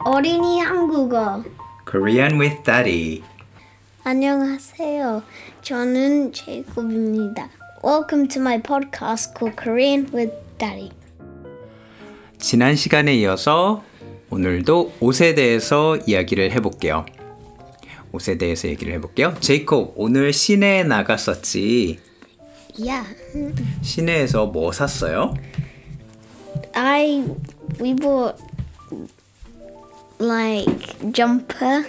어린이 한국어. Korean with Daddy. 안녕하세요. 저는 제이콥입니다. Welcome to my podcast called Korean with Daddy. 지난 시간에 이어서 오늘도 옷에 대해서 이야기를 해볼게요. 옷에 대해서 얘기를 해볼게요. 제이콥, 오늘 시내에 나갔었지. Yeah. 시내에서 뭐 샀어요? I we bought like jumper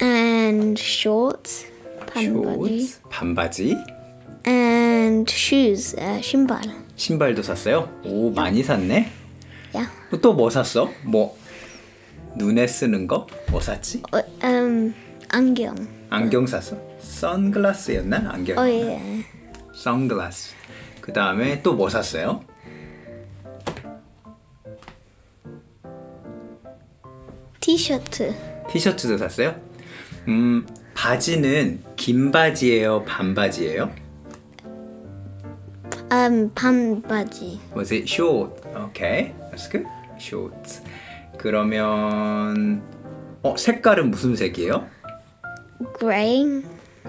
and shorts, 반바지, 쇼츠, 반바지, and shoes, uh, 신발. 신발도 샀어요. 오, 많이 샀네. Yeah. 또 뭐 샀어? 뭐 눈에 쓰는 거? 뭐 샀지? 어, um, 안경. 안경 샀어? 선글라스였나? 안경. Oh yeah. 선글라스. 그 다음에 또 뭐 샀어요? 티셔츠. 티셔츠도 샀어요? 음, 바지는 긴 바지예요, 반바지예요? 음, Um, 반바지. Was it short? Okay, that's good. Shorts. 그러면 어 색깔은 무슨 색이에요? Gray.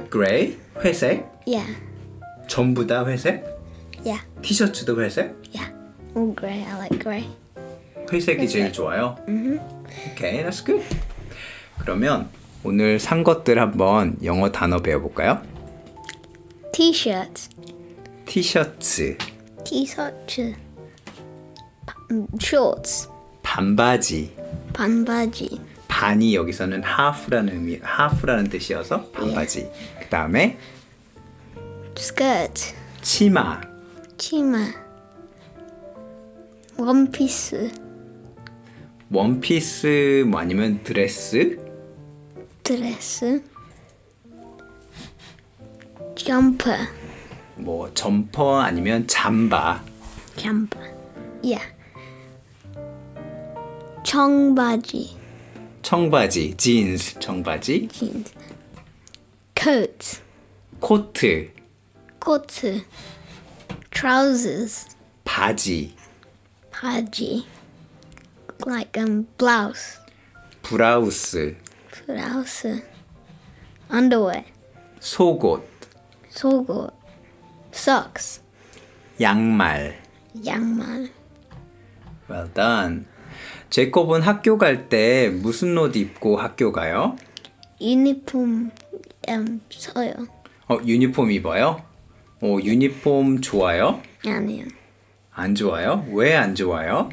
Gray, 회색. Yeah. 전부 다 회색. Yeah. 티셔츠도 회색. Yeah. All grey. I like grey. 회색이 제일 좋아요. Okay, that's good. 그러면 오늘 산 것들 한번 영어 단어 배워볼까요? T-shirt. 티셔츠, T-shirt. 바- 음, shorts. 반바지, 반바지. 반이 여기서는 half라는 의미, half라는 뜻이어서 반바지. 그 다음에 skirt. 치마, 치마. 원피스. 원피스 뭐 아니면 드레스, 드레스. 점퍼. 뭐 점퍼 아니면 잠바, 점퍼. Yeah. 청바지. 청바지, jeans, 청바지, jeans. Coat. 코트, 코트. Trousers. 바지, 바지. Like um blouse. 브라우스, 블라우스. Underwear. 속옷, 속옷. Socks. 양말. 양말. Well done. 제콥은 학교 갈 때 무슨 옷 입고 학교 가요? 유니폼 음, 써요. 어, 유니폼 입어요? 어, 유니폼 좋아요? 아니요. 안 좋아요? 왜 안 좋아요?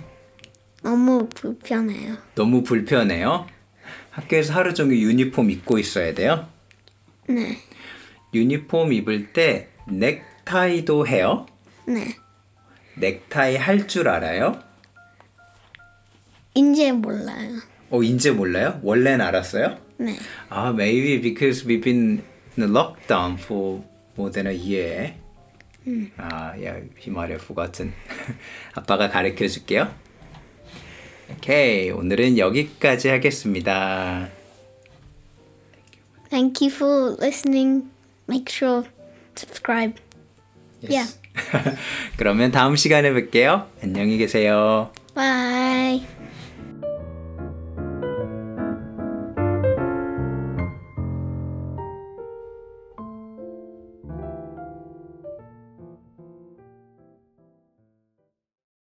너무 불편해요. 너무 불편해요. 학교에서 하루 종일 유니폼 입고 있어야 돼요. 네. 유니폼 입을 때 넥타이도 해요? 네. 넥타이 할 줄 알아요? 이제 몰라요. 어, 이제 몰라요? 원래는 알았어요? 네. 아, maybe because we've been in a lockdown for more than a year. 아, yeah, he might have forgotten. 아빠가 가르쳐 줄게요. 오케이, 오늘은 여기까지 하겠습니다. Thank you for listening. Make sure subscribe. Yes. 그러면 다음 시간에 뵐게요. 안녕히 계세요. Bye.